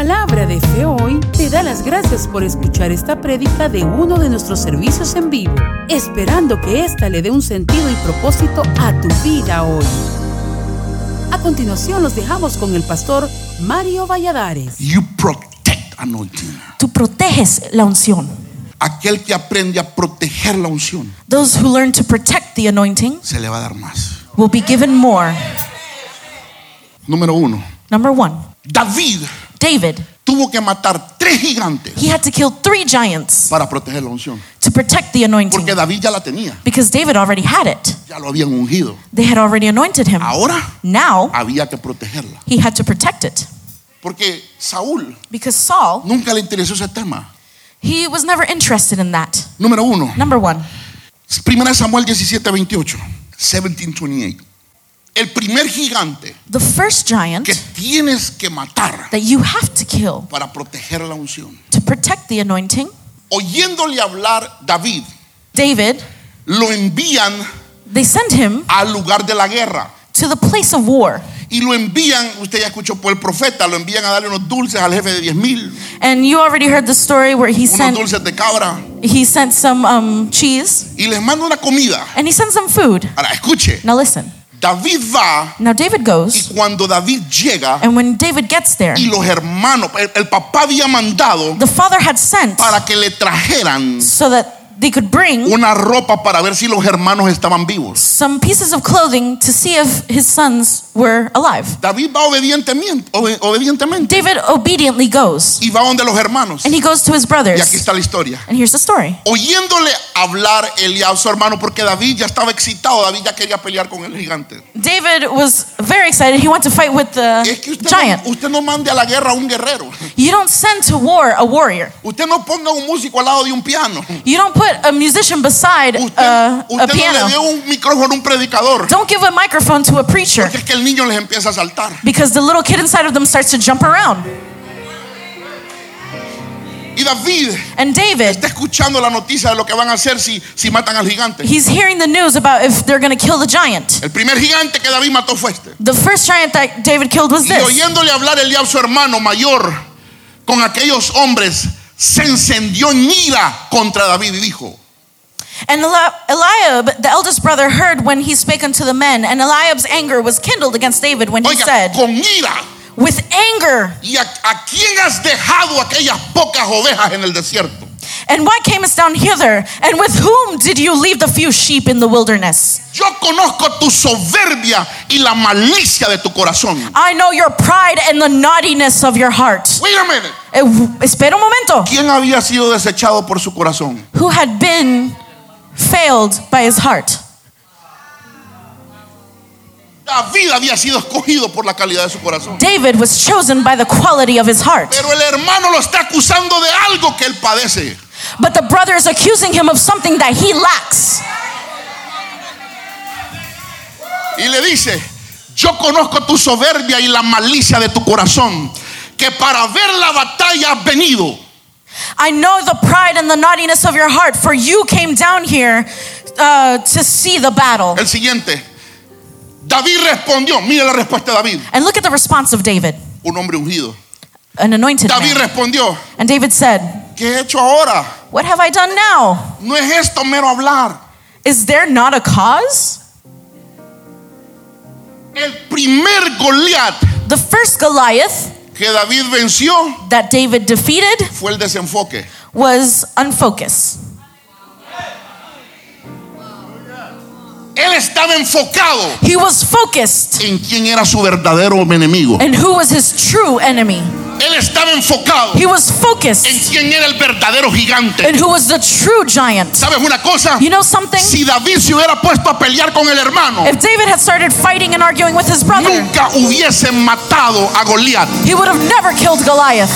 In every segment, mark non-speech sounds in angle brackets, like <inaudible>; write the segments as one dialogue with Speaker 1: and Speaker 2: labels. Speaker 1: palabra de fe hoy te da las gracias por escuchar esta prédica de uno de nuestros servicios en vivo, esperando que ésta le dé un sentido y propósito a tu vida hoy. A continuación los dejamos con el pastor Mario Valladares.
Speaker 2: You protect anointing.
Speaker 3: Tú proteges la unción.
Speaker 2: Aquel que aprende a proteger la unción
Speaker 3: Those who learn to protect the anointing
Speaker 2: se le va a dar más.
Speaker 3: will be given more.
Speaker 2: Número uno,
Speaker 3: Number one,
Speaker 2: David
Speaker 3: David.
Speaker 2: tuvo que matar tres gigantes
Speaker 3: He had to kill three giants
Speaker 2: para proteger la unción,
Speaker 3: to protect the anointing
Speaker 2: porque David ya la tenía,
Speaker 3: because David already had it.
Speaker 2: ya lo habían ungido.
Speaker 3: They had already anointed him.
Speaker 2: Ahora
Speaker 3: Now
Speaker 2: había que protegerla,
Speaker 3: he had to protect it
Speaker 2: porque Saúl
Speaker 3: because Saul,
Speaker 2: nunca le interesó ese tema.
Speaker 3: he was never interested in that.
Speaker 2: Número uno,
Speaker 3: Number one,
Speaker 2: Primera de Samuel 17, 28. 1728. El primer gigante
Speaker 3: the first giant
Speaker 2: que tienes que matar
Speaker 3: that you have to kill
Speaker 2: para proteger la unción.
Speaker 3: to protect the anointing,
Speaker 2: Oyéndole hablar David,
Speaker 3: David,
Speaker 2: lo envían
Speaker 3: they send him
Speaker 2: al lugar de la guerra.
Speaker 3: to the place of war.
Speaker 2: Y lo envían, usted ya escuchó por el profeta, lo envían a darle unos dulces al jefe de 10 mil,
Speaker 3: And you already heard the story where he
Speaker 2: unos
Speaker 3: sent
Speaker 2: dulces de cabra,
Speaker 3: he sent some um, cheese
Speaker 2: y les manda una comida.
Speaker 3: and he sent some food.
Speaker 2: Ahora, escuche,
Speaker 3: Now listen.
Speaker 2: David va
Speaker 3: Now David
Speaker 2: y
Speaker 3: goes,
Speaker 2: cuando David llega
Speaker 3: and when David gets there,
Speaker 2: y los hermanos, el- el papá había mandado
Speaker 3: the father had sent
Speaker 2: para que le trajeran
Speaker 3: so that they could bring
Speaker 2: una ropa para ver si los hermanos estaban vivos.
Speaker 3: some pieces of clothing to see if his sons were alive.
Speaker 2: David va obedientemente, obe- obedientemente
Speaker 3: David obediently goes
Speaker 2: y va donde los hermanos.
Speaker 3: and he goes to
Speaker 2: Y
Speaker 3: his
Speaker 2: aquí
Speaker 3: brothers.
Speaker 2: está la historia.
Speaker 3: And here's the story.
Speaker 2: Oyéndole hablar Eliab, su hermano, porque David ya estaba excitado, David ya quería pelear con el gigante.
Speaker 3: David was very excited. He went to fight with
Speaker 2: Es que
Speaker 3: the
Speaker 2: usted,
Speaker 3: giant.
Speaker 2: No, usted no mande a la guerra a un guerrero.
Speaker 3: You don't send to war a warrior.
Speaker 2: Usted no ponga un músico al lado de un piano.
Speaker 3: You don't put a musician beside
Speaker 2: Usted,
Speaker 3: uh,
Speaker 2: usted
Speaker 3: a
Speaker 2: no le dé
Speaker 3: piano.
Speaker 2: un micrófono a un predicador.
Speaker 3: Don't give a microphone to a preacher
Speaker 2: Porque es que el niño les empieza a saltar.
Speaker 3: because the little kid inside of them starts to jump around.
Speaker 2: Y David
Speaker 3: And David,
Speaker 2: está escuchando la noticia de lo que van a hacer si, si matan al gigante.
Speaker 3: he's hearing the news about if they're going to kill the giant.
Speaker 2: El primer gigante que David mató fue este.
Speaker 3: The first giant that David killed was
Speaker 2: Y
Speaker 3: this.
Speaker 2: oyéndole hablar Eliab, su hermano mayor, con aquellos hombres, se encendió en ira contra David y dijo:
Speaker 3: And Eli- Eliab, the eldest brother, heard when he spake unto the men, and Eliab's anger was kindled against David when he
Speaker 2: Oiga,
Speaker 3: said,
Speaker 2: con ira.
Speaker 3: With anger,
Speaker 2: ¿Y a, a quién has dejado aquellas pocas ovejas en el desierto?
Speaker 3: and why camest down hither? And with whom did you leave the few sheep in the wilderness?
Speaker 2: Yo conozco tu soberbia y la malicia de tu corazón.
Speaker 3: I know your pride and the naughtiness of your heart.
Speaker 2: Wait a minute.
Speaker 3: Eh, espera un momento.
Speaker 2: ¿Quién había sido desechado por su corazón?
Speaker 3: Who had been failed by his heart?
Speaker 2: David había sido escogido por la calidad de su corazón.
Speaker 3: David was chosen by the quality of his heart.
Speaker 2: Pero el hermano lo está acusando de algo que él padece.
Speaker 3: But the brother is accusing him of something that he lacks.
Speaker 2: Y le dice, yo conozco tu soberbia y la malicia de tu corazón, que para ver la batalla has venido.
Speaker 3: I know the pride and the naughtiness of your heart, for you came down here uh, to see the battle.
Speaker 2: El siguiente, David respondió, mire la respuesta de David,
Speaker 3: And look at the response of David,
Speaker 2: un hombre ungido.
Speaker 3: an anointed
Speaker 2: David
Speaker 3: man.
Speaker 2: respondió,
Speaker 3: And David said,
Speaker 2: ¿qué he hecho ahora?
Speaker 3: What have I done now?
Speaker 2: No es esto mero hablar.
Speaker 3: Is there not a cause?
Speaker 2: El primer Goliat
Speaker 3: The first Goliath
Speaker 2: que David venció
Speaker 3: that David defeated
Speaker 2: fue el desenfoque.
Speaker 3: was unfocus.
Speaker 2: Él estaba enfocado
Speaker 3: He was focused
Speaker 2: en quién era su verdadero enemigo.
Speaker 3: and who was his true enemy.
Speaker 2: Él estaba enfocado
Speaker 3: He was
Speaker 2: en
Speaker 3: focused
Speaker 2: quién era el verdadero gigante.
Speaker 3: and who was the true giant.
Speaker 2: ¿Sabes una cosa?
Speaker 3: You know something?
Speaker 2: Si David se hubiera puesto a pelear con el hermano,
Speaker 3: If David had started fighting and arguing with his brother,
Speaker 2: nunca hubiese matado a Goliat.
Speaker 3: he would have never killed Goliath.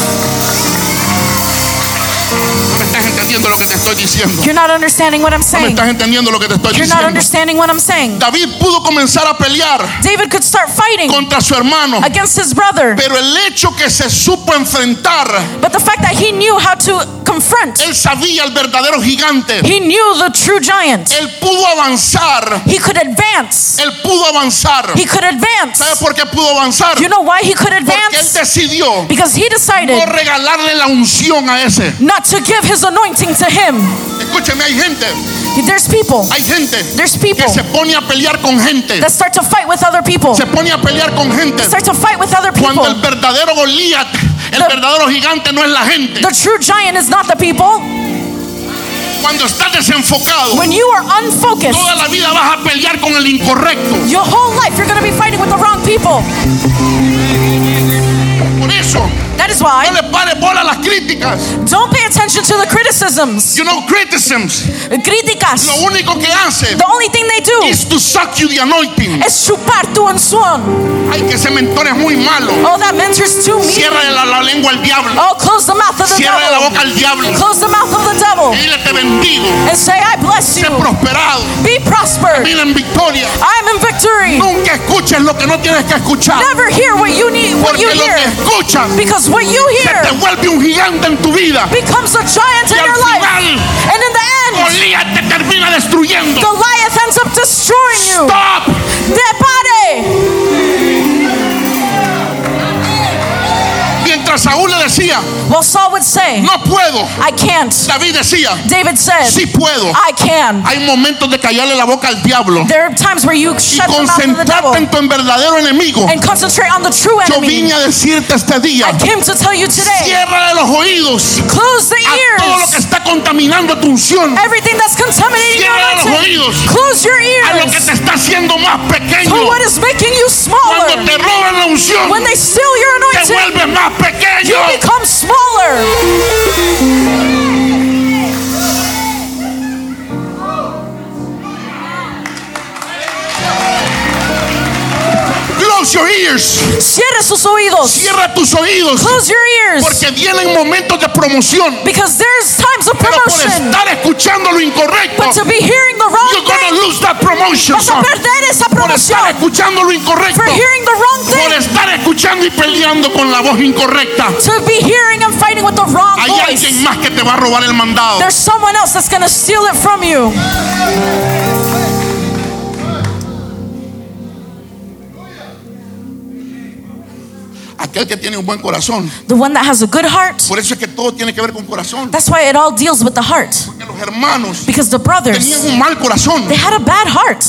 Speaker 2: No me estás entendiendo lo que te estoy diciendo.
Speaker 3: You're not understanding what I'm
Speaker 2: No me
Speaker 3: saying.
Speaker 2: estás entendiendo lo que te estoy
Speaker 3: You're not
Speaker 2: diciendo.
Speaker 3: understanding what I'm saying.
Speaker 2: David pudo comenzar a pelear
Speaker 3: David could start fighting
Speaker 2: contra su hermano,
Speaker 3: against his brother,
Speaker 2: pero el hecho que se supo enfrentar
Speaker 3: but the fact that he knew how to confront.
Speaker 2: Él sabía el verdadero gigante.
Speaker 3: He knew the true giant.
Speaker 2: Él pudo avanzar.
Speaker 3: He could advance.
Speaker 2: Él pudo avanzar.
Speaker 3: He could advance.
Speaker 2: ¿Sabe por qué pudo avanzar?
Speaker 3: You know why he could
Speaker 2: Porque él
Speaker 3: advance?
Speaker 2: decidió
Speaker 3: Because he decided
Speaker 2: no regalarle la unción a ese.
Speaker 3: not to give his anointing to him.
Speaker 2: Escúcheme, hay gente,
Speaker 3: There's people
Speaker 2: hay gente
Speaker 3: There's people
Speaker 2: que se pone a pelear con gente.
Speaker 3: that start to fight with other people.
Speaker 2: Se pone a pelear con gente.
Speaker 3: Start to fight with other
Speaker 2: Cuando el
Speaker 3: people.
Speaker 2: verdadero Goliat, el
Speaker 3: The-
Speaker 2: verdadero gigante no es la gente.
Speaker 3: The true giant is not the people.
Speaker 2: Cuando estás desenfocado,
Speaker 3: When you are unfocused,
Speaker 2: toda la vida vas a pelear con el incorrecto.
Speaker 3: your whole life you're going to be fighting with the wrong people.
Speaker 2: Por eso, no
Speaker 3: That is why
Speaker 2: le pare bola a las críticas.
Speaker 3: don't pay attention to the criticisms.
Speaker 2: You know, criticisms.
Speaker 3: Críticas.
Speaker 2: Lo único que hace
Speaker 3: The only thing they do
Speaker 2: es to suck you the anointing.
Speaker 3: es chupar tu unción.
Speaker 2: Ay, que ese mentor es muy malo.
Speaker 3: Oh, that mentor's too mean.
Speaker 2: Cierra la, la lengua al diablo.
Speaker 3: Oh, close the mouth of the
Speaker 2: Cierra la
Speaker 3: devil.
Speaker 2: boca al diablo.
Speaker 3: Close the mouth of the devil
Speaker 2: Y dile, te bendigo.
Speaker 3: and say, I bless
Speaker 2: Sé
Speaker 3: you.
Speaker 2: prosperado.
Speaker 3: Be prospered.
Speaker 2: Mira en victoria.
Speaker 3: I am in victory.
Speaker 2: Nunca escuches lo que no tienes que escuchar.
Speaker 3: Never hear what you need, what
Speaker 2: Porque
Speaker 3: you
Speaker 2: lo que
Speaker 3: hear.
Speaker 2: escuchas
Speaker 3: Because what you
Speaker 2: te
Speaker 3: hear
Speaker 2: vuelve un gigante en tu vida.
Speaker 3: becomes a giant in
Speaker 2: Y al
Speaker 3: your life.
Speaker 2: final-
Speaker 3: And in the end,
Speaker 2: Goliat te termina destruyendo.
Speaker 3: Goliath ends up destroying you.
Speaker 2: Stop.
Speaker 3: Depare!
Speaker 2: Mientras Saúl le decía,
Speaker 3: Well, Saul would say,
Speaker 2: no puedo.
Speaker 3: I can't.
Speaker 2: David decía,
Speaker 3: David said,
Speaker 2: sí puedo.
Speaker 3: I can.
Speaker 2: Hay momentos de callarle la boca al diablo
Speaker 3: There are times where you
Speaker 2: y
Speaker 3: shut the mouth of the devil
Speaker 2: concentrarte en tu verdadero enemigo.
Speaker 3: and concentrate on the true
Speaker 2: Yo
Speaker 3: enemy.
Speaker 2: vine a decirte este día,
Speaker 3: I came to tell you today,
Speaker 2: cierra los oídos
Speaker 3: close the
Speaker 2: a todo lo que
Speaker 3: ears.
Speaker 2: está contaminando tu unción,
Speaker 3: Everything that's contaminating your
Speaker 2: Cierra los
Speaker 3: anointing,
Speaker 2: oídos.
Speaker 3: close your
Speaker 2: a lo que
Speaker 3: ears
Speaker 2: te está haciendo más pequeño.
Speaker 3: to what is making you
Speaker 2: Cuando
Speaker 3: smaller.
Speaker 2: te roban la unción,
Speaker 3: When they steal your
Speaker 2: te
Speaker 3: anointing,
Speaker 2: vuelves más pequeño.
Speaker 3: you become smaller.
Speaker 2: Close your ears,
Speaker 3: Cierra sus oídos.
Speaker 2: cierra tus oídos,
Speaker 3: Close your ears.
Speaker 2: porque vienen momentos de promoción.
Speaker 3: Because there's times of
Speaker 2: Pero por
Speaker 3: promotion.
Speaker 2: estar escuchando lo incorrecto,
Speaker 3: But to be hearing the wrong
Speaker 2: you're
Speaker 3: thing,
Speaker 2: gonna lose that promotion.
Speaker 3: vas a
Speaker 2: son.
Speaker 3: perder
Speaker 2: Por
Speaker 3: esa
Speaker 2: estar
Speaker 3: promoción.
Speaker 2: escuchando lo incorrecto,
Speaker 3: For hearing the wrong
Speaker 2: por
Speaker 3: thing,
Speaker 2: estar escuchando y peleando con la voz incorrecta,
Speaker 3: to be hearing and fighting with the wrong
Speaker 2: hay alguien
Speaker 3: voice.
Speaker 2: más que te va a robar el mandado.
Speaker 3: There's someone else that's going to steal it from you.
Speaker 2: Aquel que tiene un buen corazón.
Speaker 3: The one that has a good heart,
Speaker 2: Por eso es que todo tiene que ver con corazón.
Speaker 3: that's why it all deals with the heart.
Speaker 2: Porque los hermanos
Speaker 3: Because the
Speaker 2: tenían
Speaker 3: brothers,
Speaker 2: un mal corazón.
Speaker 3: they had a bad heart.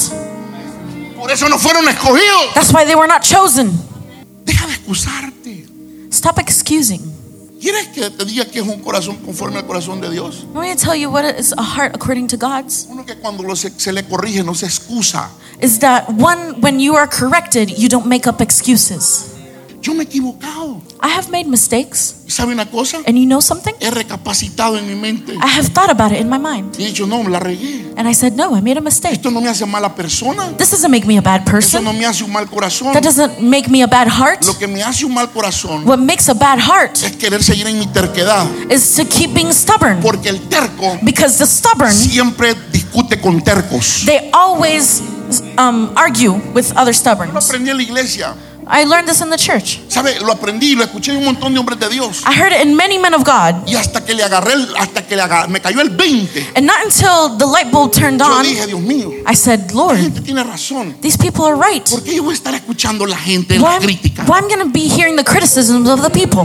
Speaker 2: Por eso no fueron escogidos.
Speaker 3: That's why they were not chosen.
Speaker 2: Deja de excusarte.
Speaker 3: Stop excusing.
Speaker 2: ¿Quieres que te diga que es un corazón conforme al corazón de Dios?
Speaker 3: Let me to tell you what is a heart according to God's
Speaker 2: Uno que cuando lo se, se le corrige no se excusa.
Speaker 3: is that one when you are corrected, you don't make up excuses.
Speaker 2: Yo me he equivocado.
Speaker 3: I have made mistakes,
Speaker 2: ¿Y sabe una cosa?
Speaker 3: and you know something?
Speaker 2: He recapacitado en mi mente.
Speaker 3: I have thought about it in my mind,
Speaker 2: Y he dicho, no, la regué.
Speaker 3: and I said, "No, I made a mistake.
Speaker 2: Esto no me hace mala persona.
Speaker 3: This doesn't make me a bad
Speaker 2: Eso
Speaker 3: person.
Speaker 2: no me hace un mal corazón.
Speaker 3: That doesn't make me a bad heart.
Speaker 2: Lo que me hace un mal corazón
Speaker 3: What makes a bad heart
Speaker 2: es querer seguir en mi terquedad.
Speaker 3: is to keep being stubborn.
Speaker 2: Porque el terco
Speaker 3: Because the stubborn,
Speaker 2: siempre discute con tercos.
Speaker 3: they always um, argue with other
Speaker 2: Lo
Speaker 3: stubborns.
Speaker 2: aprendí en la iglesia.
Speaker 3: I learned this in the church.
Speaker 2: ¿Sabe? Lo aprendí, lo escuché de un montón de hombres de Dios.
Speaker 3: I heard it in many men of God.
Speaker 2: Y hasta que le agarré, el- hasta que le aga- me cayó el 20.
Speaker 3: And not until the light bulb turned
Speaker 2: Yo
Speaker 3: on,
Speaker 2: dije, Dios mío,
Speaker 3: I said,
Speaker 2: la
Speaker 3: Lord,
Speaker 2: gente tiene razón.
Speaker 3: these people are right.
Speaker 2: ¿Por qué yo voy a estar escuchando a la gente en
Speaker 3: Why
Speaker 2: la
Speaker 3: am,
Speaker 2: crítica?
Speaker 3: why am going to be hearing the criticisms of the people?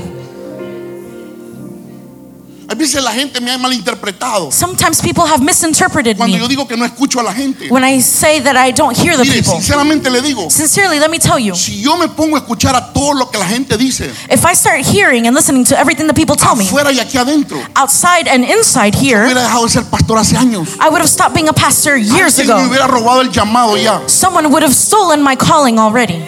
Speaker 2: A veces la gente me ha malinterpretado.
Speaker 3: Sometimes people have misinterpreted
Speaker 2: Cuando yo
Speaker 3: me
Speaker 2: digo que no escucho a la gente.
Speaker 3: when I say that I don't hear the
Speaker 2: Mire,
Speaker 3: people.
Speaker 2: sinceramente le digo,
Speaker 3: Sincerely, let me tell you,
Speaker 2: si yo me pongo a escuchar a todo lo que la gente dice,
Speaker 3: if I start hearing and listening to everything the people tell me,
Speaker 2: afuera y aquí adentro,
Speaker 3: outside and inside here,
Speaker 2: hubiera dejado de ser pastor hace años.
Speaker 3: I would have stopped being a pastor years
Speaker 2: Alguien me
Speaker 3: ago.
Speaker 2: hubiera robado el llamado ya.
Speaker 3: Someone would have stolen my calling already.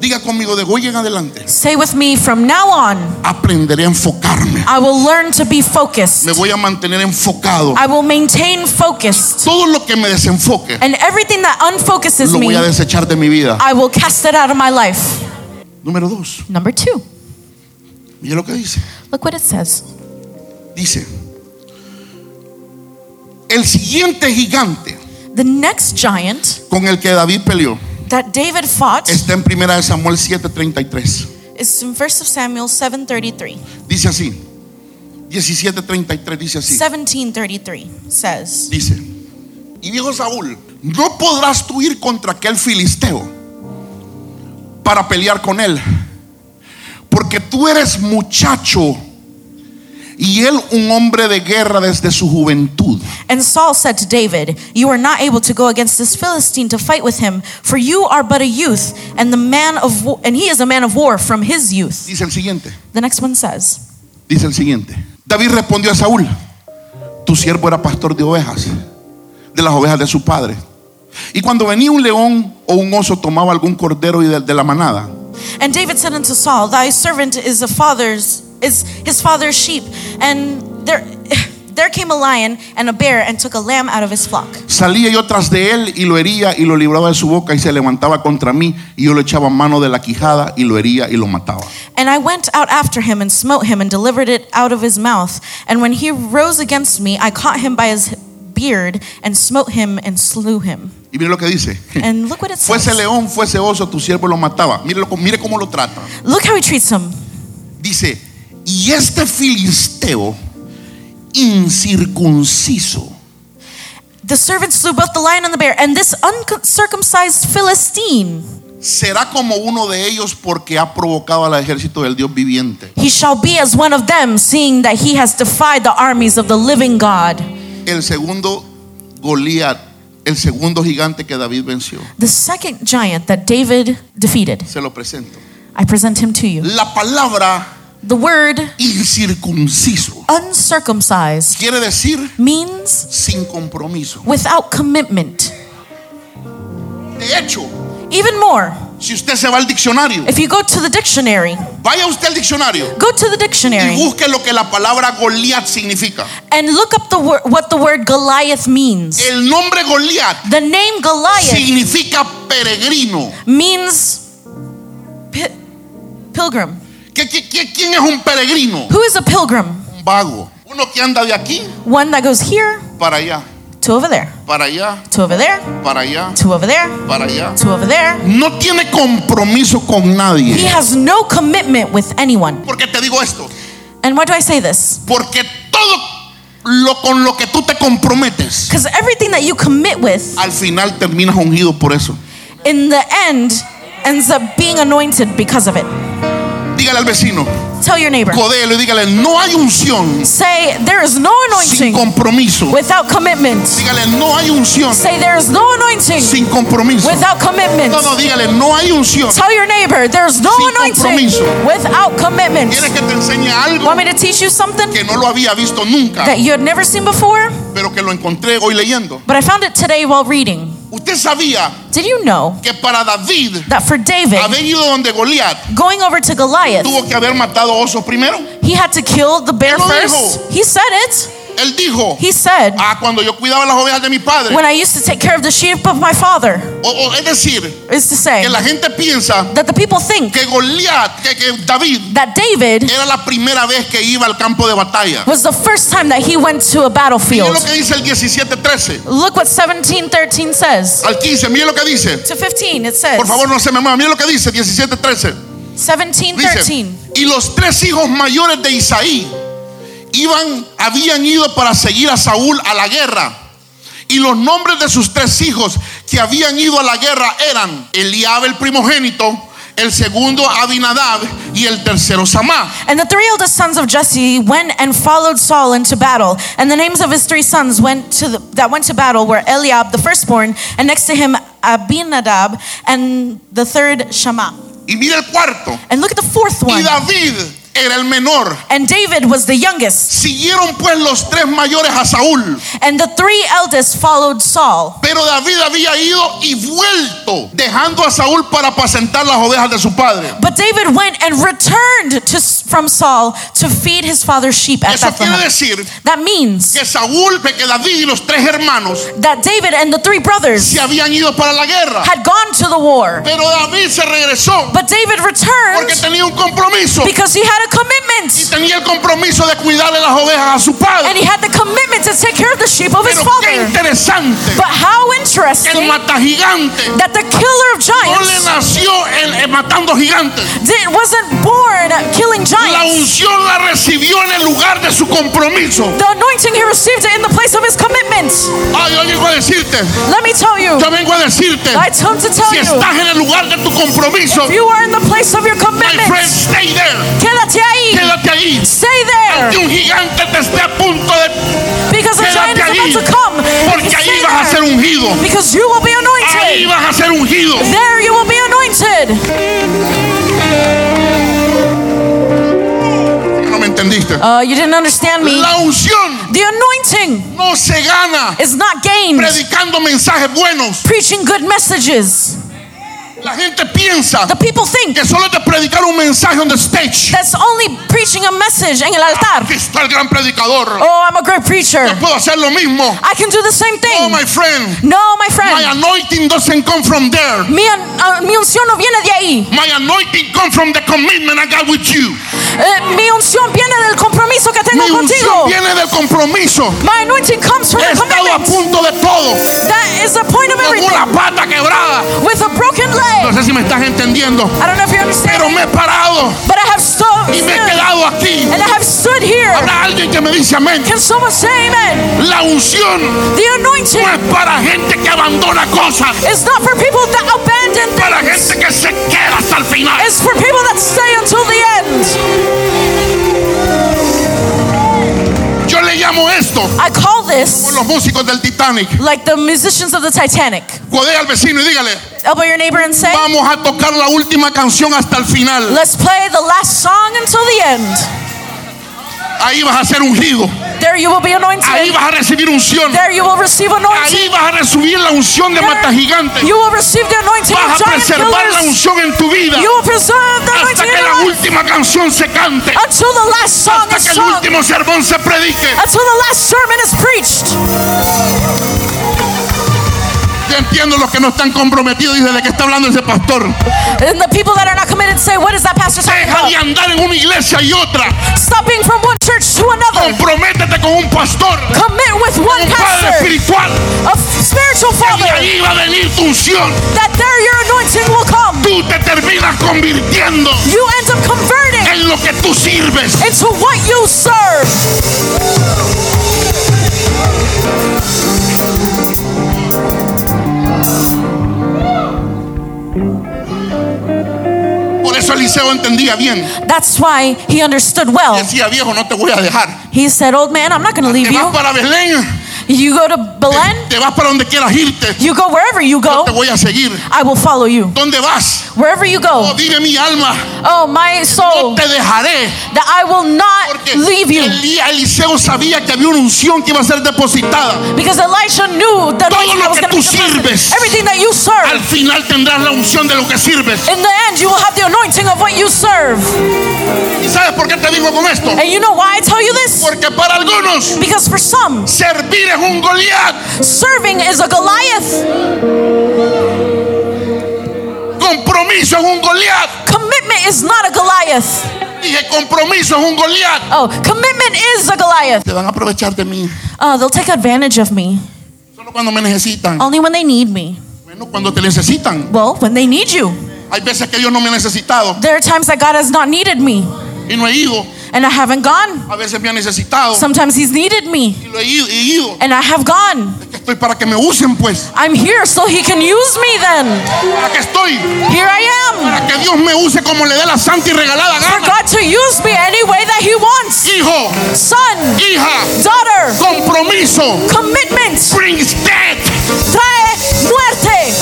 Speaker 2: Diga conmigo, de hoy en adelante,
Speaker 3: Say with me, from now on,
Speaker 2: aprenderé a enfocarme.
Speaker 3: I will learn to be
Speaker 2: Me
Speaker 3: focused.
Speaker 2: voy a mantener enfocado.
Speaker 3: I will maintain focused.
Speaker 2: Todo lo que me desenfoque,
Speaker 3: And everything that unfocuses
Speaker 2: lo voy
Speaker 3: me,
Speaker 2: a desechar de mi vida.
Speaker 3: I will cast it out of my life.
Speaker 2: Número dos,
Speaker 3: Number two,
Speaker 2: mire lo que dice.
Speaker 3: look what it says.
Speaker 2: Dice, el siguiente gigante
Speaker 3: The next giant
Speaker 2: con el que David peleó
Speaker 3: that David fought
Speaker 2: está en 1 Samuel 7:33.
Speaker 3: is in 1 Samuel 7:33.
Speaker 2: Dice así. 17:33 dice así.
Speaker 3: 17:33 says,
Speaker 2: Dice, y dijo Saúl, no podrás tú ir contra aquel filisteo para pelear con él, porque tú eres muchacho y él un hombre de guerra desde su juventud.
Speaker 3: and Saul said to David, "You are not able to go against this Philistine to fight with him, for you are but a youth, and the man of wa- and he is a man of war from his youth."
Speaker 2: Dice el siguiente,
Speaker 3: The next one says,
Speaker 2: dice el siguiente. David respondió a Saúl, tu siervo era pastor de ovejas, de las ovejas de su padre. Y cuando venía un león o un oso tomaba algún cordero y de- de la manada.
Speaker 3: and David said unto Saul, "Thy servant is a father's is his father's sheep, and there <laughs> there came a lion and a bear and took a lamb out of his flock."
Speaker 2: Salía yo tras de él y lo hería y lo libraba de su boca y se levantaba contra mí y yo lo echaba mano de la quijada y lo hería y lo mataba.
Speaker 3: And I went out after him and smote him and delivered it out of his mouth. And when he rose against me, I caught him by his beard and smote him and slew him.
Speaker 2: Y mire lo que dice.
Speaker 3: And look what it
Speaker 2: Fuese
Speaker 3: says.
Speaker 2: león, fuese oso, tu siervo lo mataba. Mire, lo- mire cómo lo trata.
Speaker 3: Look how he treats him.
Speaker 2: Dice, y este filisteo incircunciso
Speaker 3: The servant slew both the lion and the bear, and this uncircumcised Philistine,
Speaker 2: será como uno de ellos porque ha provocado al ejército del Dios viviente.
Speaker 3: he shall be as one of them, seeing that he has defied the armies of the living God.
Speaker 2: El segundo Goliat, el segundo gigante que David venció,
Speaker 3: The second giant that David defeated,
Speaker 2: se lo presento.
Speaker 3: I present him to you.
Speaker 2: La palabra
Speaker 3: The word
Speaker 2: incircunciso
Speaker 3: uncircumcised
Speaker 2: Quiere decir
Speaker 3: means
Speaker 2: sin compromiso.
Speaker 3: without commitment.
Speaker 2: De hecho,
Speaker 3: Even more,
Speaker 2: si usted se va al diccionario,
Speaker 3: if you go to the dictionary,
Speaker 2: vaya usted al diccionario
Speaker 3: go to the
Speaker 2: y
Speaker 3: dictionary
Speaker 2: busque lo que la palabra Goliat significa.
Speaker 3: and look up the wor- what the word Goliath means.
Speaker 2: El nombre Goliat
Speaker 3: The name Goliath
Speaker 2: significa peregrino.
Speaker 3: means pi- pilgrim.
Speaker 2: ¿Qué, qué- qué- quién es un peregrino?
Speaker 3: Who is a pilgrim?
Speaker 2: Un vago. Uno que anda de aquí
Speaker 3: One that goes here
Speaker 2: para allá,
Speaker 3: to over there,
Speaker 2: para allá,
Speaker 3: to over there,
Speaker 2: para allá,
Speaker 3: to over there,
Speaker 2: para allá.
Speaker 3: to over there.
Speaker 2: No tiene compromiso con
Speaker 3: He
Speaker 2: nadie.
Speaker 3: has no commitment with anyone.
Speaker 2: ¿Por qué te digo esto?
Speaker 3: And why do I say this?
Speaker 2: Porque todo lo con lo que tú te comprometes,
Speaker 3: Because everything that you commit with
Speaker 2: al final terminas ungido por eso.
Speaker 3: in the end ends up being anointed because of it.
Speaker 2: Dígale al vecino,
Speaker 3: Tell your neighbor.
Speaker 2: codelo y dígale, no hay unción
Speaker 3: Say, there is no
Speaker 2: sin
Speaker 3: anointing
Speaker 2: compromiso.
Speaker 3: without commitment.
Speaker 2: Dígale, no hay unción
Speaker 3: Say, there is no anointing
Speaker 2: sin compromiso.
Speaker 3: without commitment.
Speaker 2: No, no, dígale, no hay unción.
Speaker 3: Tell your neighbor, there's no
Speaker 2: Sin
Speaker 3: anointing
Speaker 2: compromiso.
Speaker 3: without commitment.
Speaker 2: ¿Quieres que te enseñe algo
Speaker 3: Want me to teach you something
Speaker 2: que no lo había visto nunca,
Speaker 3: that you had never seen before?
Speaker 2: pero que lo encontré hoy leyendo?
Speaker 3: But I found it today while reading.
Speaker 2: Usted sabía
Speaker 3: Did you know
Speaker 2: que para David
Speaker 3: that for David,
Speaker 2: haber ido donde Goliat
Speaker 3: going over to Goliath,
Speaker 2: tuvo que haber matado osos primero.
Speaker 3: he had to kill the bear
Speaker 2: Él lo
Speaker 3: first?
Speaker 2: dijo.
Speaker 3: He said it.
Speaker 2: Él dijo,
Speaker 3: He said,
Speaker 2: ah, cuando yo cuidaba las ovejas de mi padre.
Speaker 3: when I used to take care of the sheep of my father,
Speaker 2: O- o es decir,
Speaker 3: is to say
Speaker 2: que la gente piensa
Speaker 3: that the people think
Speaker 2: que Goliat, que- que David
Speaker 3: that David
Speaker 2: Era la primera vez que iba al campo de batalla.
Speaker 3: was the first time that he went to a
Speaker 2: Miren
Speaker 3: battlefield.
Speaker 2: lo que dice el 17:13
Speaker 3: Look what 17:13 says.
Speaker 2: al 15. Miren lo que dice.
Speaker 3: To 15 it says.
Speaker 2: Por favor, no se me muevan. Miren lo que dice 17:13. Dice,
Speaker 3: 17:13.
Speaker 2: y los tres hijos mayores de Isaí iban habían ido para seguir a Saúl a la guerra. Y los nombres de sus tres hijos que habían ido a la guerra eran Eliab el primogénito, el segundo Abinadab y el tercero Samá.
Speaker 3: And the three eldest sons of Jesse went and followed Saul into battle. And the names of his three sons went to the, that went to battle were Eliab the firstborn, and next to him Abinadab, and the third Shammah.
Speaker 2: Y mira el cuarto.
Speaker 3: And look at the fourth
Speaker 2: Y
Speaker 3: one.
Speaker 2: David era el menor.
Speaker 3: And David was the youngest,
Speaker 2: Siguieron pues los tres mayores a Saúl,
Speaker 3: and the three eldest followed Saul.
Speaker 2: pero David había ido y vuelto, dejando a Saúl para apacentar las ovejas de su padre.
Speaker 3: But David went and returned to, from Saul to feed his father's sheep at
Speaker 2: Eso quiere
Speaker 3: Bethlehem.
Speaker 2: decir
Speaker 3: That means
Speaker 2: que Saúl, que David y los tres hermanos
Speaker 3: that David and the three brothers
Speaker 2: se habían ido para la guerra,
Speaker 3: had gone to the war.
Speaker 2: pero David se regresó
Speaker 3: But David
Speaker 2: porque
Speaker 3: returned
Speaker 2: tenía un compromiso.
Speaker 3: because he had had a commitment.
Speaker 2: Tenía el compromiso de cuidarle las ovejas a su
Speaker 3: And
Speaker 2: padre.
Speaker 3: he had the commitment to take care of the sheep of his
Speaker 2: Pero qué
Speaker 3: father.
Speaker 2: interesante
Speaker 3: But how
Speaker 2: que el
Speaker 3: interesting
Speaker 2: mata gigante
Speaker 3: that the killer of
Speaker 2: no le
Speaker 3: giants
Speaker 2: nació el, el matando gigantes.
Speaker 3: did, wasn't born killing
Speaker 2: La
Speaker 3: giants.
Speaker 2: unción la recibió en el lugar de su compromiso.
Speaker 3: The anointing he received in the place of his commitment.
Speaker 2: Ay, yo vengo a decirte,
Speaker 3: Let me tell you,
Speaker 2: yo vengo a decirte,
Speaker 3: I come to tell
Speaker 2: si
Speaker 3: you,
Speaker 2: estás en el lugar de tu compromiso,
Speaker 3: if you are in the place of your
Speaker 2: my friend,
Speaker 3: commitment,
Speaker 2: stay there.
Speaker 3: quédate ahí.
Speaker 2: Quédate ahí.
Speaker 3: Stay
Speaker 2: Que
Speaker 3: there
Speaker 2: un gigante te esté a punto de.
Speaker 3: because a giant
Speaker 2: Quédate
Speaker 3: Pues is
Speaker 2: ahí.
Speaker 3: about to come.
Speaker 2: Porque ahí
Speaker 3: Stay
Speaker 2: vas a
Speaker 3: there,
Speaker 2: ser ungido.
Speaker 3: because you will be
Speaker 2: Ahí
Speaker 3: anointed.
Speaker 2: vas a ser ungido.
Speaker 3: There you will be anointed.
Speaker 2: No me entendiste.
Speaker 3: Uh, you didn't understand me.
Speaker 2: La unción
Speaker 3: The anointing
Speaker 2: no se gana
Speaker 3: is not gained
Speaker 2: predicando mensajes buenos.
Speaker 3: preaching good messages.
Speaker 2: La gente piensa
Speaker 3: The people think
Speaker 2: que solo es de predicar un mensaje on the stage.
Speaker 3: that's only preaching a message en el altar.
Speaker 2: Que está el gran predicador.
Speaker 3: Oh, I'm a great preacher.
Speaker 2: Yo puedo hacer lo mismo.
Speaker 3: I can do the
Speaker 2: Oh,
Speaker 3: same thing.
Speaker 2: my friend.
Speaker 3: No, my
Speaker 2: My
Speaker 3: friend.
Speaker 2: anointing doesn't come from there.
Speaker 3: Mi, an- ah, mi unción no viene de ahí.
Speaker 2: My anointing comes from the commitment I got with you.
Speaker 3: Eh, mi unción viene del compromiso que tengo
Speaker 2: Mi
Speaker 3: contigo.
Speaker 2: unción viene del compromiso.
Speaker 3: My anointing comes from
Speaker 2: He
Speaker 3: the
Speaker 2: estado a
Speaker 3: commitment.
Speaker 2: punto de todo.
Speaker 3: That is the point of
Speaker 2: Tengo
Speaker 3: everything.
Speaker 2: la pata quebrada.
Speaker 3: With a broken
Speaker 2: No
Speaker 3: leg.
Speaker 2: sé si me estás entendiendo.
Speaker 3: I don't know if you understand,
Speaker 2: Pero me he parado
Speaker 3: but I have sto-
Speaker 2: y me he
Speaker 3: stood.
Speaker 2: quedado aquí.
Speaker 3: And I have stood here.
Speaker 2: Habrá alguien que me dice amén.
Speaker 3: Can someone say amen?
Speaker 2: La unción
Speaker 3: The
Speaker 2: no
Speaker 3: anointing
Speaker 2: es para gente que abandona cosas.
Speaker 3: is not for people that abandon
Speaker 2: Para
Speaker 3: things.
Speaker 2: gente que se queda hasta el final.
Speaker 3: It's for people that stay until the end.
Speaker 2: Yo le llamo esto,
Speaker 3: I call
Speaker 2: con
Speaker 3: this
Speaker 2: los músicos del Titanic.
Speaker 3: like the musicians of the Titanic.
Speaker 2: Codea al vecino y dígale,
Speaker 3: Elbow your neighbor and say,
Speaker 2: vamos a tocar la última canción hasta el final.
Speaker 3: Let's play the last song until the end.
Speaker 2: Ahí vas a ser ungido.
Speaker 3: There you will be
Speaker 2: Ahí
Speaker 3: anointed.
Speaker 2: vas a recibir unción.
Speaker 3: There you will receive anointing.
Speaker 2: Ahí vas a recibir la unción de mata gigante.
Speaker 3: You will receive the anointing of
Speaker 2: Vas a
Speaker 3: giant
Speaker 2: preservar la
Speaker 3: killers.
Speaker 2: unción en tu vida
Speaker 3: You will preserve the
Speaker 2: hasta
Speaker 3: anointing in
Speaker 2: que
Speaker 3: your
Speaker 2: la
Speaker 3: life
Speaker 2: última canción se cante.
Speaker 3: until the last song
Speaker 2: Hasta
Speaker 3: is
Speaker 2: que el
Speaker 3: sung,
Speaker 2: último sermón se predique.
Speaker 3: until the last sermon is preached.
Speaker 2: Yo entiendo los que no están comprometidos y de la que está hablando ese pastor.
Speaker 3: And the people that are not committed say, What is that pastor talking
Speaker 2: Deja de
Speaker 3: about?
Speaker 2: andar en una iglesia y otra.
Speaker 3: Stop being from one church to another.
Speaker 2: Comprométete con un pastor,
Speaker 3: Commit with one
Speaker 2: un padre
Speaker 3: pastor,
Speaker 2: espiritual.
Speaker 3: a spiritual
Speaker 2: Y
Speaker 3: father,
Speaker 2: ahí va a venir tu unción.
Speaker 3: that there your anointing will come.
Speaker 2: Tú te terminas convirtiendo
Speaker 3: You end up converting
Speaker 2: en lo que tú sirves.
Speaker 3: into what you serve.
Speaker 2: Por eso Eliseo entendía bien.
Speaker 3: That's why he understood well.
Speaker 2: Decía, viejo, no te voy a dejar.
Speaker 3: He said, Old man, I'm not going to leave
Speaker 2: Te vas
Speaker 3: you.
Speaker 2: para Belén,
Speaker 3: You go to Belen,
Speaker 2: te vas para donde quieras irte.
Speaker 3: you go wherever
Speaker 2: Yo
Speaker 3: you go,
Speaker 2: te voy a seguir.
Speaker 3: I will follow you.
Speaker 2: ¿Dónde vas?
Speaker 3: Wherever you go,
Speaker 2: Oh, dile mi alma,
Speaker 3: oh my
Speaker 2: no
Speaker 3: soul,
Speaker 2: te dejaré.
Speaker 3: that I will
Speaker 2: Porque
Speaker 3: not leave you.
Speaker 2: Eli- Eliseo sabía que había una unción que iba a ser depositada.
Speaker 3: Because Elisha knew that
Speaker 2: Todo lo
Speaker 3: I was
Speaker 2: que
Speaker 3: going to
Speaker 2: tú
Speaker 3: be the
Speaker 2: sirves.
Speaker 3: person. Everything that you
Speaker 2: Al
Speaker 3: serve,
Speaker 2: final tendrás la unción de lo que sirves.
Speaker 3: in the end, you will have the anointing of what you serve.
Speaker 2: ¿Y sabes por qué te digo con esto?
Speaker 3: And you know why I tell you this?
Speaker 2: Porque para algunos
Speaker 3: Because for some,
Speaker 2: servir es un Goliat.
Speaker 3: serving is a Goliath,
Speaker 2: Compromiso es un Goliat.
Speaker 3: commitment is not a Goliath.
Speaker 2: Dije, compromiso es un Goliat.
Speaker 3: Oh, commitment is a Goliath.
Speaker 2: Te van a aprovechar de mí.
Speaker 3: Uh, they'll take advantage of me
Speaker 2: Solo cuando me necesitan.
Speaker 3: only when they need me.
Speaker 2: Bueno, cuando te necesitan.
Speaker 3: Well, when they need you.
Speaker 2: Hay veces que Dios no me ha necesitado
Speaker 3: There are times that God has not needed me,
Speaker 2: y no he ido.
Speaker 3: and I haven't gone.
Speaker 2: A veces me ha necesitado
Speaker 3: Sometimes He's needed me,
Speaker 2: y lo he ido. he ido.
Speaker 3: and I have gone.
Speaker 2: Es que Estoy para que me usen, pues.
Speaker 3: I'm here so He can use me then.
Speaker 2: Para que estoy.
Speaker 3: Here I am.
Speaker 2: Para que Dios me use como le dé la santa y regalada
Speaker 3: for
Speaker 2: gana.
Speaker 3: God to use me any way that He wants.
Speaker 2: Hijo,
Speaker 3: Son,
Speaker 2: hija,
Speaker 3: daughter,
Speaker 2: compromiso.
Speaker 3: commitment,
Speaker 2: Brings death.
Speaker 3: trae muerte.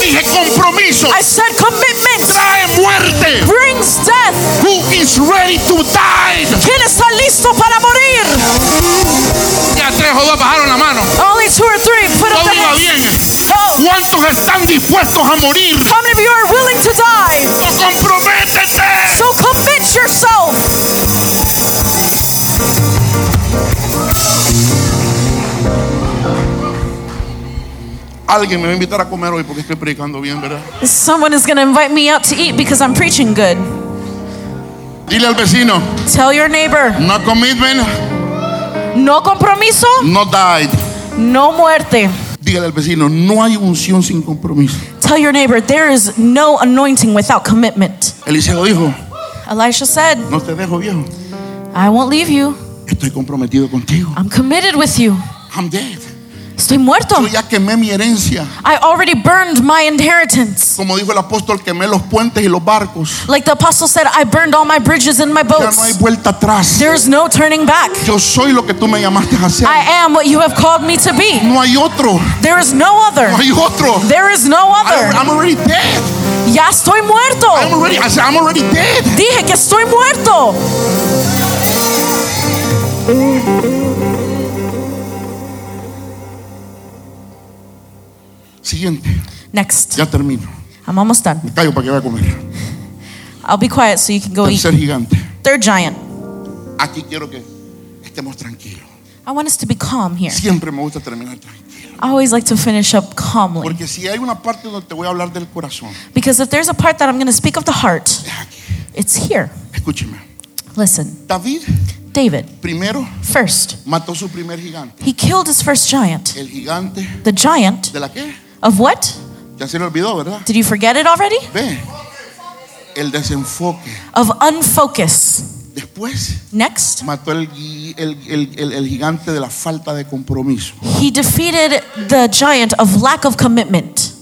Speaker 2: Dije compromiso.
Speaker 3: I said commitment
Speaker 2: Trae muerte.
Speaker 3: brings death.
Speaker 2: Who is ready to die?
Speaker 3: ¿Quién está listo para morir?
Speaker 2: Ya tres o dos bajaron la mano.
Speaker 3: Only two or three put up
Speaker 2: Todo
Speaker 3: the
Speaker 2: iba
Speaker 3: hands.
Speaker 2: bien.
Speaker 3: Oh,
Speaker 2: ¿Cuántos están dispuestos a morir?
Speaker 3: how many of you are willing to die?
Speaker 2: No comprométete.
Speaker 3: So commit yourself.
Speaker 2: Alguien me va a invitar a comer hoy porque estoy predicando bien, ¿verdad?
Speaker 3: Someone is going to invite me out to eat because I'm preaching good.
Speaker 2: Dile al vecino,
Speaker 3: Tell your neighbor,
Speaker 2: no commitment,
Speaker 3: no compromiso,
Speaker 2: no died.
Speaker 3: no muerte.
Speaker 2: Dígale al vecino, no hay unción sin compromiso.
Speaker 3: Tell your neighbor, there is no anointing without commitment.
Speaker 2: Eliseo dijo,
Speaker 3: Elisha said,
Speaker 2: no te dejo viejo,
Speaker 3: I won't leave you.
Speaker 2: estoy comprometido contigo.
Speaker 3: I'm committed with you.
Speaker 2: I'm dead.
Speaker 3: Estoy muerto.
Speaker 2: Yo ya quemé mi herencia.
Speaker 3: I already burned my inheritance.
Speaker 2: Como dijo el apóstol, quemé los puentes y los barcos.
Speaker 3: Like the apostle said, I burned all my bridges and my
Speaker 2: Ya no hay
Speaker 3: boats.
Speaker 2: vuelta atrás.
Speaker 3: There is no turning back.
Speaker 2: Yo soy lo que tú me llamaste a hacer.
Speaker 3: I am what you have called me to be.
Speaker 2: No hay otro.
Speaker 3: There is no other.
Speaker 2: No hay otro.
Speaker 3: There is no
Speaker 2: I'm,
Speaker 3: other.
Speaker 2: I'm already dead.
Speaker 3: Ya estoy
Speaker 2: I'm
Speaker 3: muerto.
Speaker 2: already, I said, I'm already dead.
Speaker 3: Dije que estoy muerto.
Speaker 2: Siguiente.
Speaker 3: Next.
Speaker 2: Ya termino.
Speaker 3: I'm almost done.
Speaker 2: Me callo para que vaya a comer.
Speaker 3: I'll be quiet so you can go eat.
Speaker 2: Tercer gigante.
Speaker 3: Third giant.
Speaker 2: Aquí quiero que estemos tranquilos.
Speaker 3: I want us to be calm here.
Speaker 2: Siempre me gusta terminar tranquilo.
Speaker 3: I always like to finish up calmly.
Speaker 2: Porque si hay una parte donde te voy a hablar del corazón,
Speaker 3: Because if there's a part that I'm going to speak of the heart,
Speaker 2: es aquí.
Speaker 3: it's here.
Speaker 2: Escúcheme.
Speaker 3: Listen,
Speaker 2: David
Speaker 3: David,
Speaker 2: primero
Speaker 3: first,
Speaker 2: mató su primer gigante.
Speaker 3: he killed his first giant.
Speaker 2: El gigante
Speaker 3: The giant
Speaker 2: de la qué?
Speaker 3: of what?
Speaker 2: Ya se le olvidó, ¿verdad?
Speaker 3: Did you forget it already?
Speaker 2: Ve. El desenfoque.
Speaker 3: Of unfocus.
Speaker 2: Después
Speaker 3: Next,
Speaker 2: mató el, gui- el- el- el- el gigante de la falta de compromiso.
Speaker 3: he defeated the giant of lack of commitment.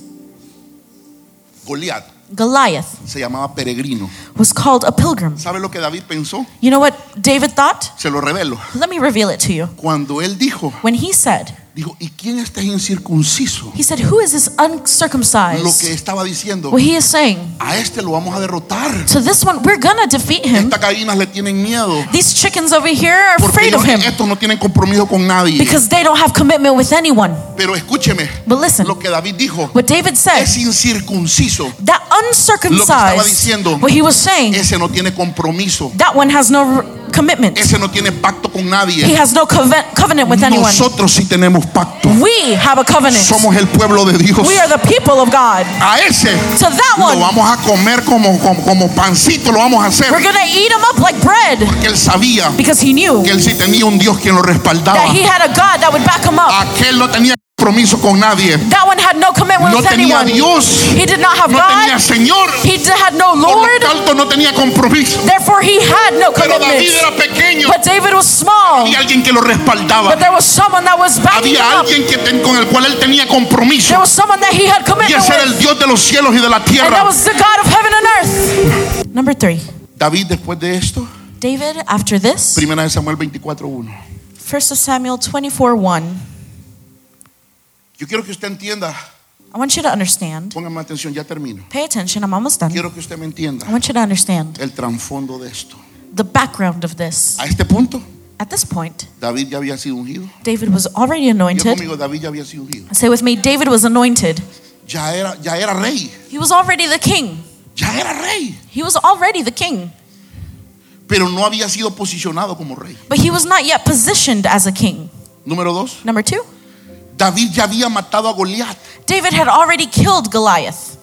Speaker 2: Goliat
Speaker 3: Goliath
Speaker 2: se llamaba peregrino.
Speaker 3: was called a pilgrim.
Speaker 2: ¿Sabe lo que David pensó?
Speaker 3: You know what David thought?
Speaker 2: Se lo revelo.
Speaker 3: Let me reveal it to you.
Speaker 2: Cuando él dijo,
Speaker 3: When he said,
Speaker 2: dijo, ¿y quién está incircunciso?
Speaker 3: he said, Who is this
Speaker 2: Lo que
Speaker 3: uncircumcised?
Speaker 2: estaba diciendo,
Speaker 3: What he is saying,
Speaker 2: a este lo vamos a derrotar.
Speaker 3: to this one, we're gonna defeat him.
Speaker 2: Estas gallinas le tienen miedo.
Speaker 3: These chickens over here are
Speaker 2: Porque
Speaker 3: afraid of
Speaker 2: ellos-
Speaker 3: him
Speaker 2: estos no tienen compromiso con nadie.
Speaker 3: because they don't have commitment with anyone.
Speaker 2: Pero escúcheme
Speaker 3: But listen,
Speaker 2: lo que David dijo.
Speaker 3: what David said,
Speaker 2: Es incircunciso.
Speaker 3: that
Speaker 2: estaba
Speaker 3: uncircumcised,
Speaker 2: diciendo,
Speaker 3: what he was saying,
Speaker 2: Ese no tiene compromiso.
Speaker 3: that one has no r- commitment.
Speaker 2: Ese no tiene pacto con
Speaker 3: He
Speaker 2: nadie.
Speaker 3: has no coven- covenant with anyone.
Speaker 2: Nosotros sí tenemos pacto.
Speaker 3: We have a covenant.
Speaker 2: Somos el pueblo de Dios.
Speaker 3: We are the people of God.
Speaker 2: A ese
Speaker 3: To that
Speaker 2: lo
Speaker 3: one,
Speaker 2: vamos a comer como, como, como pancito, lo vamos a hacer.
Speaker 3: we're gonna eat him up like bread
Speaker 2: Que él sabía
Speaker 3: because he knew
Speaker 2: que él sí tenía un Dios quien lo
Speaker 3: that
Speaker 2: respaldaba.
Speaker 3: he had a God that would back him up.
Speaker 2: Aquel no tenía compromiso con nadie.
Speaker 3: That one had no commitment
Speaker 2: No
Speaker 3: with
Speaker 2: tenía
Speaker 3: anyone.
Speaker 2: Dios.
Speaker 3: He did not have
Speaker 2: No tenía
Speaker 3: God.
Speaker 2: Señor.
Speaker 3: He d- had no
Speaker 2: Por lo
Speaker 3: Lord.
Speaker 2: tanto, no tenía compromiso.
Speaker 3: Therefore, he had no
Speaker 2: Pero David
Speaker 3: commitment.
Speaker 2: era pequeño.
Speaker 3: But David was small.
Speaker 2: Había alguien que lo respaldaba.
Speaker 3: But there was someone that was backing him
Speaker 2: Había
Speaker 3: up.
Speaker 2: alguien que ten- con el cual él tenía
Speaker 3: There
Speaker 2: compromiso.
Speaker 3: was someone that he had
Speaker 2: Y
Speaker 3: commitment
Speaker 2: ese era
Speaker 3: with.
Speaker 2: el Dios de los cielos y de la
Speaker 3: And that
Speaker 2: tierra.
Speaker 3: was the God of heaven and earth. Number three.
Speaker 2: David, después de esto,
Speaker 3: David, after this,
Speaker 2: primera de Samuel 24:1.
Speaker 3: 1 Samuel 24 1.
Speaker 2: Yo quiero que usted entienda.
Speaker 3: I want you to understand.
Speaker 2: Póngame atención, ya termino.
Speaker 3: Pay attention, I'm almost done.
Speaker 2: Quiero que usted me entienda
Speaker 3: I want you to understand
Speaker 2: el trasfondo de esto.
Speaker 3: the background of this.
Speaker 2: A este punto,
Speaker 3: At this point,
Speaker 2: David ya había sido ungido.
Speaker 3: David was already
Speaker 2: Yo
Speaker 3: anointed.
Speaker 2: conmigo, David ya había sido ungido.
Speaker 3: Say with me, David was anointed.
Speaker 2: Ya era, ya era rey.
Speaker 3: He was already the king.
Speaker 2: Ya era rey.
Speaker 3: He was already the king.
Speaker 2: Pero no había sido posicionado como rey.
Speaker 3: But he was not yet positioned as a king.
Speaker 2: Número dos,
Speaker 3: Number two,
Speaker 2: David ya había matado a Goliat.
Speaker 3: David had already killed Goliath.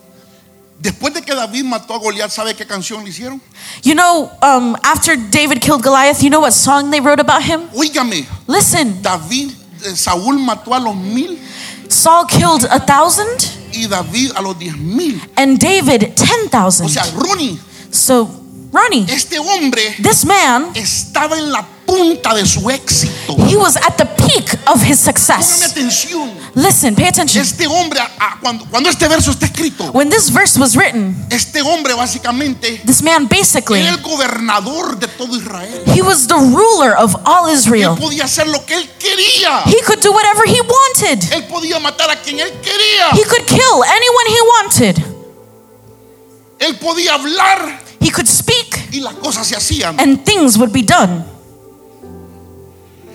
Speaker 2: Después de que David mató a Goliat, ¿sabe qué canción le hicieron?
Speaker 3: You know, um, after David killed Goliath, you know what song they wrote about him?
Speaker 2: Óigame,
Speaker 3: Listen,
Speaker 2: David, eh, Saúl mató a los mil
Speaker 3: Saul killed a thousand
Speaker 2: y David a los diez mil.
Speaker 3: and David ten
Speaker 2: O
Speaker 3: thousand.
Speaker 2: sea, Ronnie,
Speaker 3: So, Ronnie,
Speaker 2: este hombre
Speaker 3: this man,
Speaker 2: estaba en la punta de su éxito.
Speaker 3: he was at the peak of
Speaker 2: Póngame
Speaker 3: his success.
Speaker 2: atención.
Speaker 3: Listen, pay attention.
Speaker 2: Este hombre, a- a- cuando, cuando este verso está escrito,
Speaker 3: When this verse was written,
Speaker 2: este hombre básicamente
Speaker 3: this man basically,
Speaker 2: era el gobernador de todo Israel.
Speaker 3: he was the ruler of all
Speaker 2: Él
Speaker 3: Israel.
Speaker 2: podía hacer lo que él quería.
Speaker 3: He could do whatever he wanted.
Speaker 2: Él podía matar a quien él quería.
Speaker 3: He could kill anyone he wanted.
Speaker 2: Él podía hablar
Speaker 3: He could speak
Speaker 2: y las cosas se hacían.
Speaker 3: and things would be done.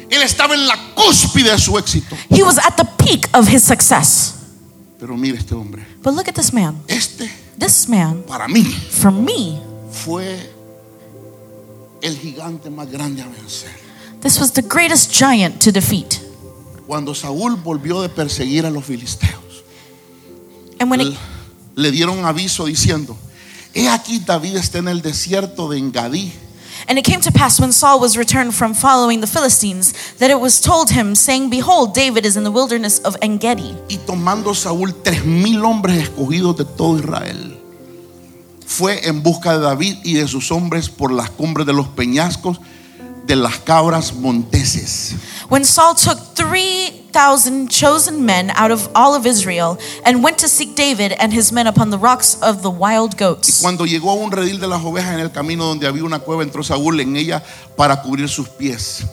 Speaker 2: Él estaba en la cúspide de su éxito.
Speaker 3: He was at the peak of his success.
Speaker 2: Pero mire este hombre.
Speaker 3: But look at this man.
Speaker 2: Este,
Speaker 3: This man,
Speaker 2: para mí,
Speaker 3: for me,
Speaker 2: fue el gigante más grande a vencer.
Speaker 3: this was the greatest giant to defeat.
Speaker 2: Cuando Saúl volvió de perseguir a los filisteos,
Speaker 3: And when
Speaker 2: le,
Speaker 3: it,
Speaker 2: le dieron aviso diciendo, he aquí David está en el desierto de Engadí
Speaker 3: And it came to pass when Saul was returned from following the Philistines that it was told him, saying, Behold, David is in the wilderness of Engedi.
Speaker 2: Y tomando Saúl tres mil hombres escogidos de todo Israel, fue en busca de David y de sus hombres por las cumbres de los peñascos de las cabras monteses.
Speaker 3: When Saul took 3,000 chosen men out of all of Israel and went to seek David and his men upon the rocks of the wild goats.
Speaker 2: Cuando llegó a un redil de las ovejas en el camino donde había una cueva, entró Saúl en ella para cubrir sus pies.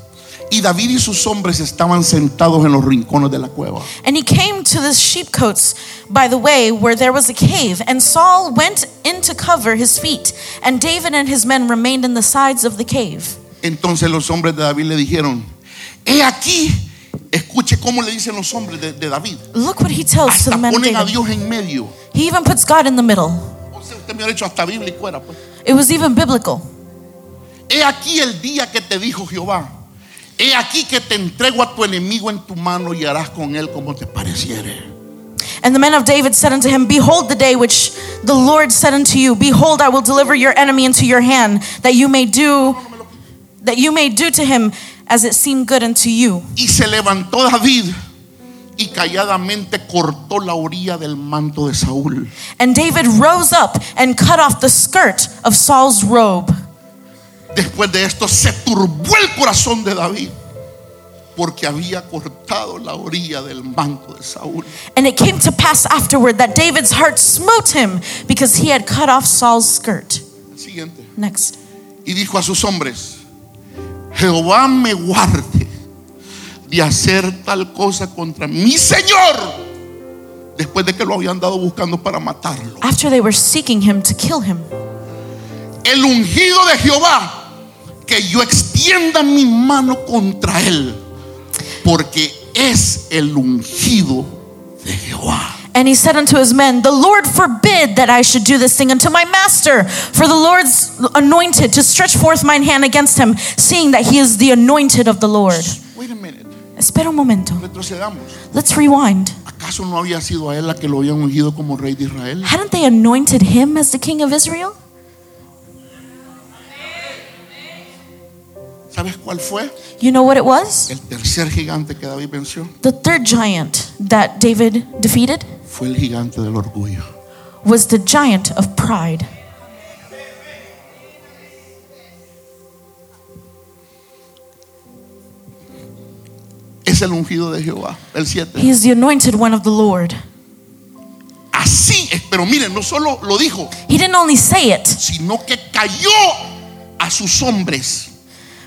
Speaker 2: Y David y sus hombres estaban sentados en los rincones de la cueva.
Speaker 3: And he came to the sheepcotes by the way where there was a cave, and Saul went in to cover his feet, and David and his men remained in the sides of the cave.
Speaker 2: Entonces los hombres de David le dijeron, he aquí, escuche cómo le dicen los hombres de, de David.
Speaker 3: Look what he tells
Speaker 2: Hasta
Speaker 3: to the men of
Speaker 2: ponen a
Speaker 3: David.
Speaker 2: Dios en medio.
Speaker 3: He even puts God in the middle.
Speaker 2: O sea, usted me ha hecho hasta bíblico era pues.
Speaker 3: It was even biblical.
Speaker 2: He aquí el día que te dijo Jehová. He aquí que te entrego a tu enemigo en tu mano y harás con él como te pareciere.
Speaker 3: And the men of David said unto him, Behold the day which the Lord said unto you, Behold, I will deliver your enemy into your hand, that you may do that you may do to him as it seemed good unto you.
Speaker 2: Y se levantó David y calladamente cortó la orilla del manto de Saúl.
Speaker 3: And David rose up and cut off the skirt of Saul's robe.
Speaker 2: Después de esto se turbó el corazón de David porque había cortado la orilla del manto de Saúl.
Speaker 3: And it came to pass afterward that David's heart smote him because he had cut off Saul's skirt.
Speaker 2: Siguiente.
Speaker 3: Next.
Speaker 2: y dijo a sus hombres, Jehová me guarde de hacer tal cosa contra mi Señor, después de que lo habían dado buscando para matarlo.
Speaker 3: After they were seeking him to kill him,
Speaker 2: El ungido de Jehová, que yo extienda mi mano contra él, porque es el ungido de Jehová.
Speaker 3: And he said unto his men, The Lord forbid that I should do this thing unto my master, for the Lord's anointed to stretch forth mine hand against him, seeing that he is the anointed of the Lord.
Speaker 2: Wait a minute,
Speaker 3: Espera un momento.
Speaker 2: retrocedamos.
Speaker 3: Let's rewind.
Speaker 2: ¿Acaso no había sido a él la que lo había ungido como rey de Israel?
Speaker 3: Hadn't they anointed him as the king of Israel?
Speaker 2: ¿Sabes cuál fue?
Speaker 3: You know what it was?
Speaker 2: El tercer gigante que David venció.
Speaker 3: The third giant that David defeated
Speaker 2: fue el gigante del orgullo.
Speaker 3: was the giant of pride.
Speaker 2: Es el ungido de Jehová, el 7.
Speaker 3: He is the anointed one of the Lord.
Speaker 2: Así es, pero miren, no solo lo dijo,
Speaker 3: He didn't only say it,
Speaker 2: sino que cayó a sus hombres.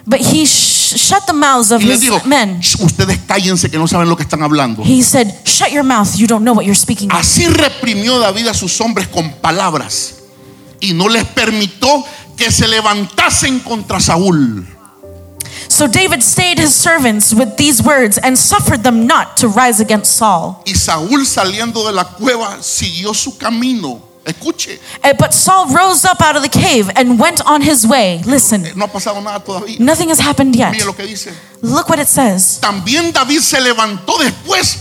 Speaker 3: but he sh- shut the mouths of
Speaker 2: Y les
Speaker 3: his
Speaker 2: dijo,
Speaker 3: men.
Speaker 2: "Sh, ustedes cállense que no saben lo que están hablando.
Speaker 3: He said, Shut your mouth, you don't know what you're speaking of.
Speaker 2: Así reprimió David a sus hombres con palabras y no les permitió que se levantasen contra Saúl.
Speaker 3: So David stayed his servants with these words and suffered them not to rise against Saul.
Speaker 2: Y Saúl saliendo de la cueva siguió su camino. Escuche,
Speaker 3: Eh, But Saul rose up out of the cave and went on his way. Listen,
Speaker 2: eh, no ha pasado nada todavía.
Speaker 3: nothing has happened yet.
Speaker 2: Mire lo que dice.
Speaker 3: Look what it says.
Speaker 2: También David se levantó después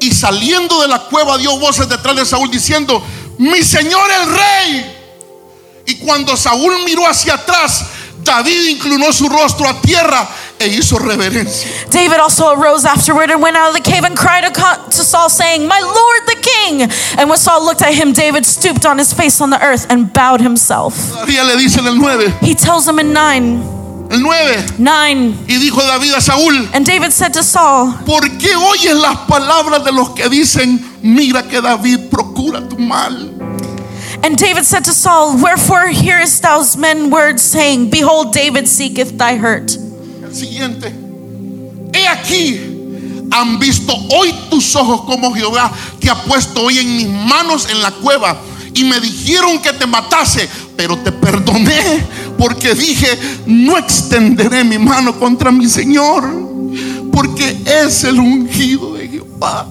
Speaker 2: y saliendo de la cueva dio voces detrás de Saúl diciendo, mi señor el rey. Y cuando Saúl miró hacia atrás, David inclinó su rostro a tierra e hizo reverencia.
Speaker 3: David also arose afterward and went out of the cave and cried aco- to Saul, saying, My Lord the king! And when Saul looked at him, David stooped on his face on the earth and bowed himself.
Speaker 2: Todavía le dice en el 9,
Speaker 3: He tells him in 9,
Speaker 2: el 9,
Speaker 3: 9,
Speaker 2: y dijo David a Saúl,
Speaker 3: and David said to Saul,
Speaker 2: ¿por qué oyes las palabras de los que dicen, mira que David procura tu mal?
Speaker 3: And David said to Saul, Wherefore hearest thou men words, saying, Behold, David seeketh thy hurt.
Speaker 2: El siguiente. He aquí. Han visto hoy tus ojos como Jehová te ha puesto hoy en mis manos en la cueva. Y me dijeron que te matase, pero te perdoné porque dije, no extenderé mi mano contra mi Señor, porque es el ungido de Jehová.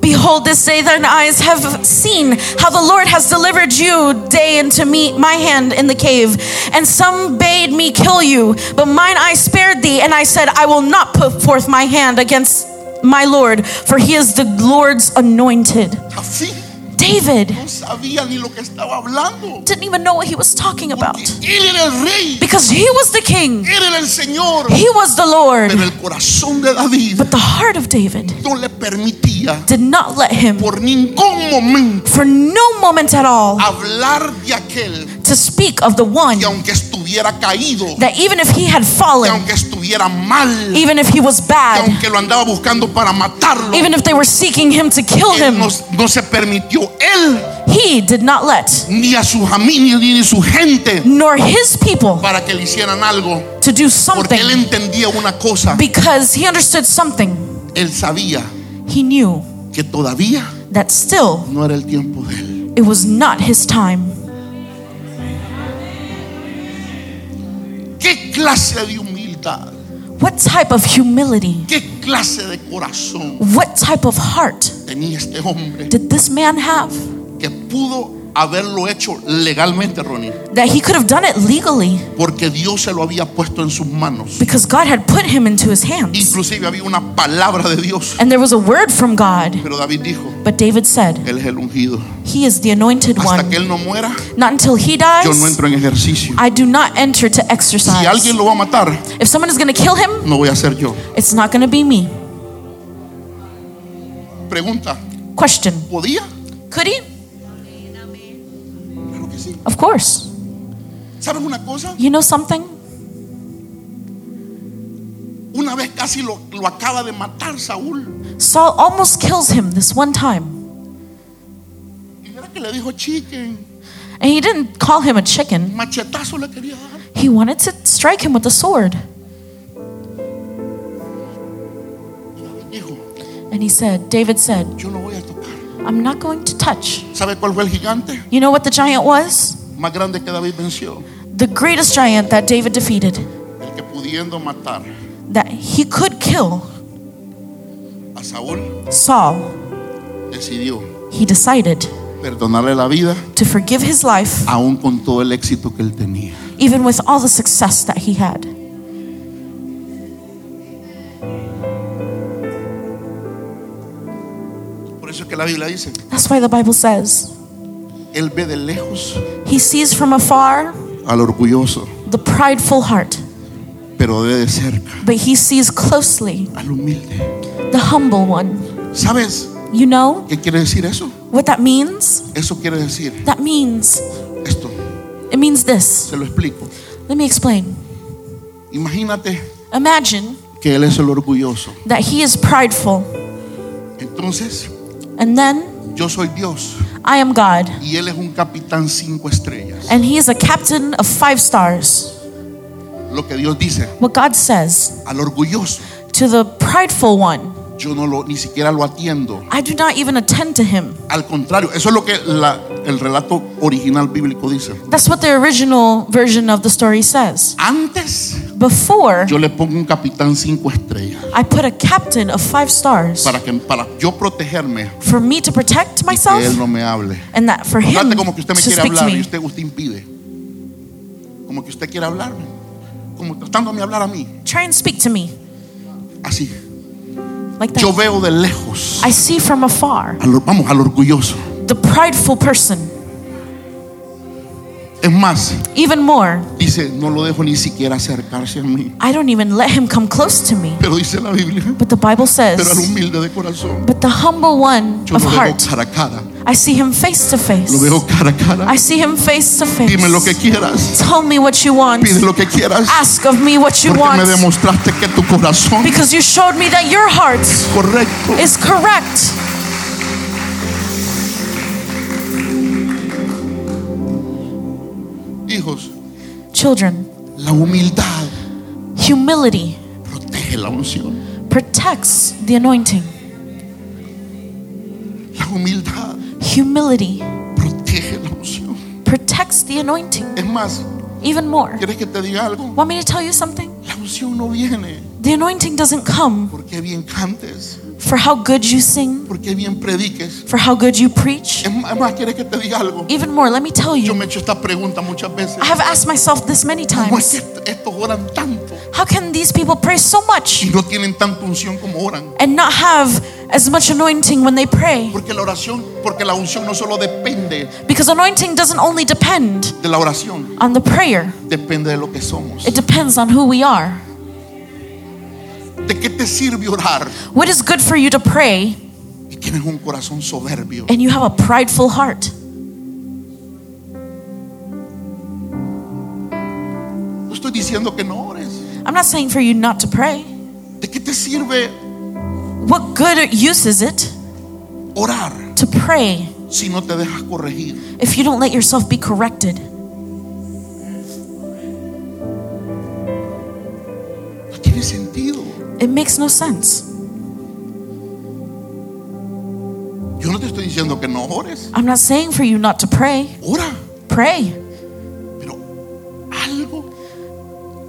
Speaker 3: Behold, this day thine eyes have seen how the Lord has delivered you day into me, my hand in the cave. And some bade me kill you, but mine eye spared thee. And I said, I will not put forth my hand against my Lord, for he is the Lord's anointed.
Speaker 2: Así
Speaker 3: David
Speaker 2: No sabía ni lo que estaba hablando.
Speaker 3: didn't even know what he was talking about
Speaker 2: Él era el rey.
Speaker 3: because he was the king,
Speaker 2: Él era el Señor.
Speaker 3: he was the Lord.
Speaker 2: Pero el corazón de David
Speaker 3: But the heart of David
Speaker 2: no le permitía
Speaker 3: did not let him,
Speaker 2: por ningún momento
Speaker 3: for no moment at all,
Speaker 2: hablar de aquel
Speaker 3: to speak of the one
Speaker 2: que aunque estuviera caído,
Speaker 3: that even if he had
Speaker 2: que
Speaker 3: fallen,
Speaker 2: aunque estuviera mal, que
Speaker 3: even if he was bad,
Speaker 2: aunque lo andaba buscando para matarlo,
Speaker 3: even if they were seeking him to kill
Speaker 2: él
Speaker 3: him,
Speaker 2: no, no se permitió él
Speaker 3: he did not let
Speaker 2: ni a sus amigos ni a su gente
Speaker 3: nor his people
Speaker 2: para que le hicieran algo,
Speaker 3: to do
Speaker 2: porque él
Speaker 3: something
Speaker 2: entendía una cosa,
Speaker 3: because he understood something.
Speaker 2: él sabía
Speaker 3: He knew
Speaker 2: que todavía
Speaker 3: that still
Speaker 2: no era el tiempo de él.
Speaker 3: it was not his time.
Speaker 2: ¿Qué clase de humildad?
Speaker 3: What type of humility,
Speaker 2: ¿Qué clase de corazón
Speaker 3: what type of heart
Speaker 2: tenía este hombre
Speaker 3: did this man have
Speaker 2: que pudo haberlo hecho legalmente, Ronnie?
Speaker 3: that he could have done it legally
Speaker 2: Porque Dios se lo había puesto en sus manos.
Speaker 3: because God had put him into his hands?
Speaker 2: Inclusive había una palabra de Dios.
Speaker 3: And there was a word from God.
Speaker 2: Pero David dijo,
Speaker 3: But David said,
Speaker 2: Él es el ungido.
Speaker 3: He is the anointed
Speaker 2: Hasta que
Speaker 3: one.
Speaker 2: Él no muera,
Speaker 3: Not until he
Speaker 2: yo no
Speaker 3: dies,
Speaker 2: entro en ejercicio.
Speaker 3: I do not enter to
Speaker 2: Si
Speaker 3: exercise.
Speaker 2: alguien lo va a matar,
Speaker 3: If someone is going to kill him,
Speaker 2: no voy a ser yo.
Speaker 3: it's not going to be me.
Speaker 2: Pregunta,
Speaker 3: Question
Speaker 2: ¿podía?
Speaker 3: Could he?
Speaker 2: Claro que sí.
Speaker 3: Of course.
Speaker 2: ¿Sabes una cosa?
Speaker 3: You know something?
Speaker 2: Una vez casi lo, lo acaba de matar Saúl.
Speaker 3: Saul almost kills him this one time.
Speaker 2: Y mira que le dijo chicken.
Speaker 3: And he didn't call him a chicken,
Speaker 2: Machetazo le quería dar.
Speaker 3: he wanted to strike him with a sword.
Speaker 2: Dijo,
Speaker 3: And he said, David said,
Speaker 2: yo no voy a tocar.
Speaker 3: I'm not going to touch.
Speaker 2: ¿Sabe cuál fue el gigante
Speaker 3: You know what the giant was?
Speaker 2: más grande que David venció?
Speaker 3: The greatest giant that David defeated,
Speaker 2: El que pudiendo matar
Speaker 3: that he could kill
Speaker 2: a Saúl
Speaker 3: Saul,
Speaker 2: decidió
Speaker 3: he decided
Speaker 2: perdonarle la vida
Speaker 3: to forgive his life,
Speaker 2: aún con todo el éxito que él tenía.
Speaker 3: even with all the success that he had.
Speaker 2: Por eso es que la Biblia dice,
Speaker 3: That's why the Bible says,
Speaker 2: él ve de lejos
Speaker 3: He sees from afar
Speaker 2: al orgulloso,
Speaker 3: the prideful heart,
Speaker 2: pero ve de cerca
Speaker 3: but he sees closely
Speaker 2: al humilde.
Speaker 3: the humble one.
Speaker 2: ¿Sabes
Speaker 3: You know
Speaker 2: qué quiere decir eso?
Speaker 3: what that means?
Speaker 2: Eso quiere decir
Speaker 3: That means,
Speaker 2: esto.
Speaker 3: it means this.
Speaker 2: Se lo explico.
Speaker 3: Let me explain.
Speaker 2: Imagínate
Speaker 3: Imagine
Speaker 2: que él es el orgulloso.
Speaker 3: that he is prideful,
Speaker 2: Entonces,
Speaker 3: and then
Speaker 2: yo soy Dios
Speaker 3: I am God,
Speaker 2: y él es un capitán cinco estrellas.
Speaker 3: and he is a captain of five stars.
Speaker 2: Lo que Dios dice
Speaker 3: What God says
Speaker 2: al orgulloso,
Speaker 3: to the prideful one,
Speaker 2: yo no lo ni siquiera lo atiendo.
Speaker 3: I do not even attend to him.
Speaker 2: Al contrario, eso es lo que la- el relato original bíblico dice.
Speaker 3: That's what the original version of the story says.
Speaker 2: Antes
Speaker 3: Before,
Speaker 2: yo le pongo un capitán cinco estrellas
Speaker 3: I put a captain of five stars
Speaker 2: para que para yo protegerme
Speaker 3: for me to
Speaker 2: y que
Speaker 3: protect
Speaker 2: él
Speaker 3: myself
Speaker 2: no me hable.
Speaker 3: and that for him
Speaker 2: Trate como que usted
Speaker 3: to
Speaker 2: me quiere
Speaker 3: speak to
Speaker 2: hablar y
Speaker 3: me.
Speaker 2: usted usted impide. Como que usted quiere hablarme, como tratándome de hablar a mí,
Speaker 3: Try and speak to me
Speaker 2: así.
Speaker 3: like
Speaker 2: Yo
Speaker 3: that.
Speaker 2: veo de lejos,
Speaker 3: I see from afar
Speaker 2: al- vamos al orgulloso.
Speaker 3: the prideful person.
Speaker 2: Es más,
Speaker 3: Even more,
Speaker 2: dice, no lo dejo ni siquiera acercarse a mí.
Speaker 3: I don't even let him come close to me.
Speaker 2: Pero dice la Biblia,
Speaker 3: But the Bible
Speaker 2: pero al
Speaker 3: says,
Speaker 2: humilde de corazón.
Speaker 3: but the humble one
Speaker 2: Yo
Speaker 3: of
Speaker 2: lo veo
Speaker 3: heart,
Speaker 2: cara a cara.
Speaker 3: I see him face to face.
Speaker 2: Lo veo cara a cara.
Speaker 3: I see him face to face.
Speaker 2: Dime lo que quieras.
Speaker 3: Tell me what you want.
Speaker 2: Pide lo que quieras.
Speaker 3: Ask of me what you
Speaker 2: Porque me
Speaker 3: want.
Speaker 2: demostraste que tu corazón es
Speaker 3: Because you showed me that your heart
Speaker 2: correcto.
Speaker 3: is correct.
Speaker 2: Hijos,
Speaker 3: Children,
Speaker 2: la humildad
Speaker 3: humility
Speaker 2: protege la unción.
Speaker 3: protects the anointing.
Speaker 2: La humildad
Speaker 3: Humility
Speaker 2: protege la unción.
Speaker 3: protects the anointing
Speaker 2: Es más,
Speaker 3: even more.
Speaker 2: ¿quieres que te diga algo?
Speaker 3: Want me to tell you something?
Speaker 2: La unción no viene
Speaker 3: The anointing doesn't come
Speaker 2: porque bien cantes,
Speaker 3: for how good you sing,
Speaker 2: porque bien prediques.
Speaker 3: for how good you preach.
Speaker 2: Es más, es más, ¿quieres que te diga algo?
Speaker 3: Even more, let me tell
Speaker 2: Yo
Speaker 3: you,
Speaker 2: me he hecho esta pregunta muchas veces.
Speaker 3: I have asked myself this many
Speaker 2: ¿Cómo es
Speaker 3: times.
Speaker 2: que estos oran tanto?
Speaker 3: How can these people pray so much
Speaker 2: y no tienen tanta unción como oran.
Speaker 3: and not have as much anointing when they pray?
Speaker 2: Porque la oración, porque la unción no solo depende
Speaker 3: Because anointing doesn't only depend
Speaker 2: de la oración,
Speaker 3: on the prayer,
Speaker 2: depende de lo que somos.
Speaker 3: it depends on who we are.
Speaker 2: ¿De qué te sirve orar?
Speaker 3: What is good for you to pray
Speaker 2: Y tienes un corazón soberbio.
Speaker 3: and you have a prideful heart?
Speaker 2: No estoy diciendo que no ores.
Speaker 3: I'm not saying for you not to pray.
Speaker 2: ¿De qué te sirve
Speaker 3: What good use is it
Speaker 2: orar
Speaker 3: to pray
Speaker 2: si no te dejas corregir?
Speaker 3: if you don't let yourself be corrected?
Speaker 2: No tiene sentido.
Speaker 3: It makes no sense.
Speaker 2: Yo no te estoy diciendo que no ores.
Speaker 3: I'm not saying for you not to pray.
Speaker 2: Ora.
Speaker 3: Pray.
Speaker 2: Pero algo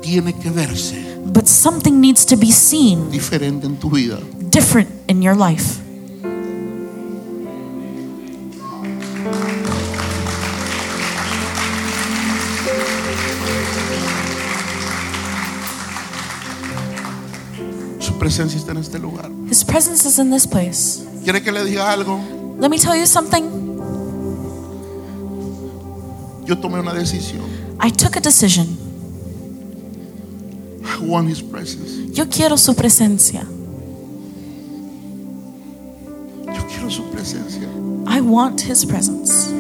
Speaker 2: tiene que verse
Speaker 3: But something needs to be seen
Speaker 2: diferente en tu vida.
Speaker 3: different in your life.
Speaker 2: Su presencia está en este lugar.
Speaker 3: His presence is in this place.
Speaker 2: ¿Quiere que le diga algo?
Speaker 3: Let me tell you something.
Speaker 2: Yo tomé una decisión.
Speaker 3: I took a decision.
Speaker 2: I want his presence.
Speaker 3: Yo quiero su presencia.
Speaker 2: Yo quiero su presencia.
Speaker 3: I want his presence.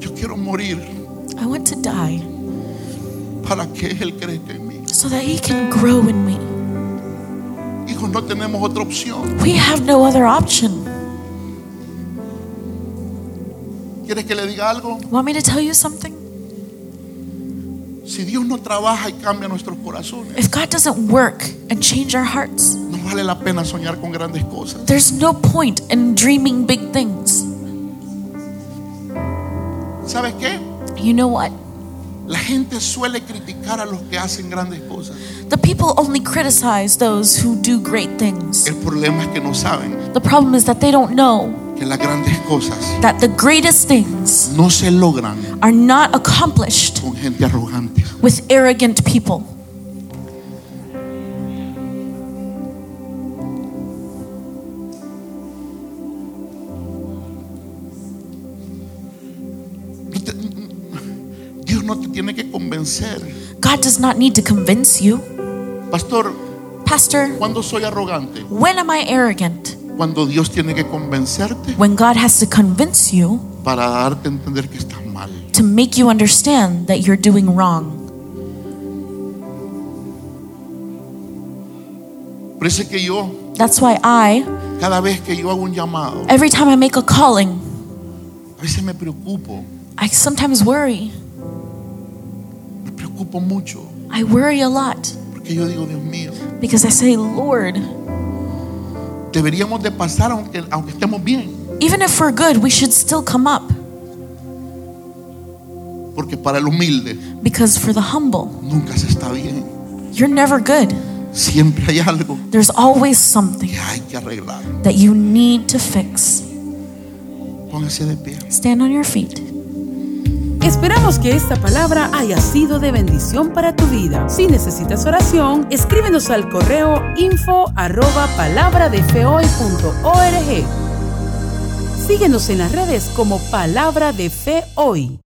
Speaker 2: Yo quiero morir
Speaker 3: I want to die
Speaker 2: para que él crezca en mí.
Speaker 3: so that he can grow in me.
Speaker 2: Hijos, no tenemos otra opción.
Speaker 3: We have no other option.
Speaker 2: ¿Quiere que le diga algo?
Speaker 3: Want me to tell you something?
Speaker 2: Si Dios no trabaja y cambia nuestros corazones,
Speaker 3: If God doesn't work and change our hearts,
Speaker 2: no vale la pena soñar con grandes cosas.
Speaker 3: there's no point in dreaming big things.
Speaker 2: ¿Sabes qué?
Speaker 3: You know what?
Speaker 2: La gente suele criticar a los que hacen grandes cosas.
Speaker 3: The people only criticize those who do great things.
Speaker 2: El problema es que no saben
Speaker 3: The problem is that they don't know
Speaker 2: que las grandes cosas
Speaker 3: that the greatest things
Speaker 2: no se logran
Speaker 3: are not accomplished
Speaker 2: con gente arrogante.
Speaker 3: with arrogant people.
Speaker 2: No te- Dios no te tiene que convencer.
Speaker 3: God does not need to convince you.
Speaker 2: Pastor,
Speaker 3: Pastor,
Speaker 2: ¿cuándo soy arrogante?
Speaker 3: when am I arrogant?
Speaker 2: Cuando Dios tiene que convencerte
Speaker 3: When God has to convince you
Speaker 2: para darte a entender que estás mal.
Speaker 3: to make you understand that you're doing wrong.
Speaker 2: Por eso es que yo,
Speaker 3: That's why I,
Speaker 2: cada vez que yo hago un llamado,
Speaker 3: every time I make a calling,
Speaker 2: a veces me preocupo,
Speaker 3: I sometimes worry.
Speaker 2: me preocupo mucho.
Speaker 3: I worry a lot
Speaker 2: Porque yo digo, Dios mío,
Speaker 3: because I say, Lord,
Speaker 2: deberíamos de pasar aunque, aunque estemos bien.
Speaker 3: even if we're good, we should still come up
Speaker 2: Porque para el humilde
Speaker 3: because for the humble,
Speaker 2: nunca se está bien.
Speaker 3: you're never good.
Speaker 2: Siempre hay algo
Speaker 3: There's always something
Speaker 2: que hay que arreglar.
Speaker 3: that you need to fix.
Speaker 2: Póngase de pie.
Speaker 3: Stand on your feet.
Speaker 1: Esperamos que esta palabra haya sido de bendición para tu vida. Si necesitas oración, escríbenos al correo info arroba palabradefehoy.org. Síguenos en las redes como Palabra de Fe Hoy.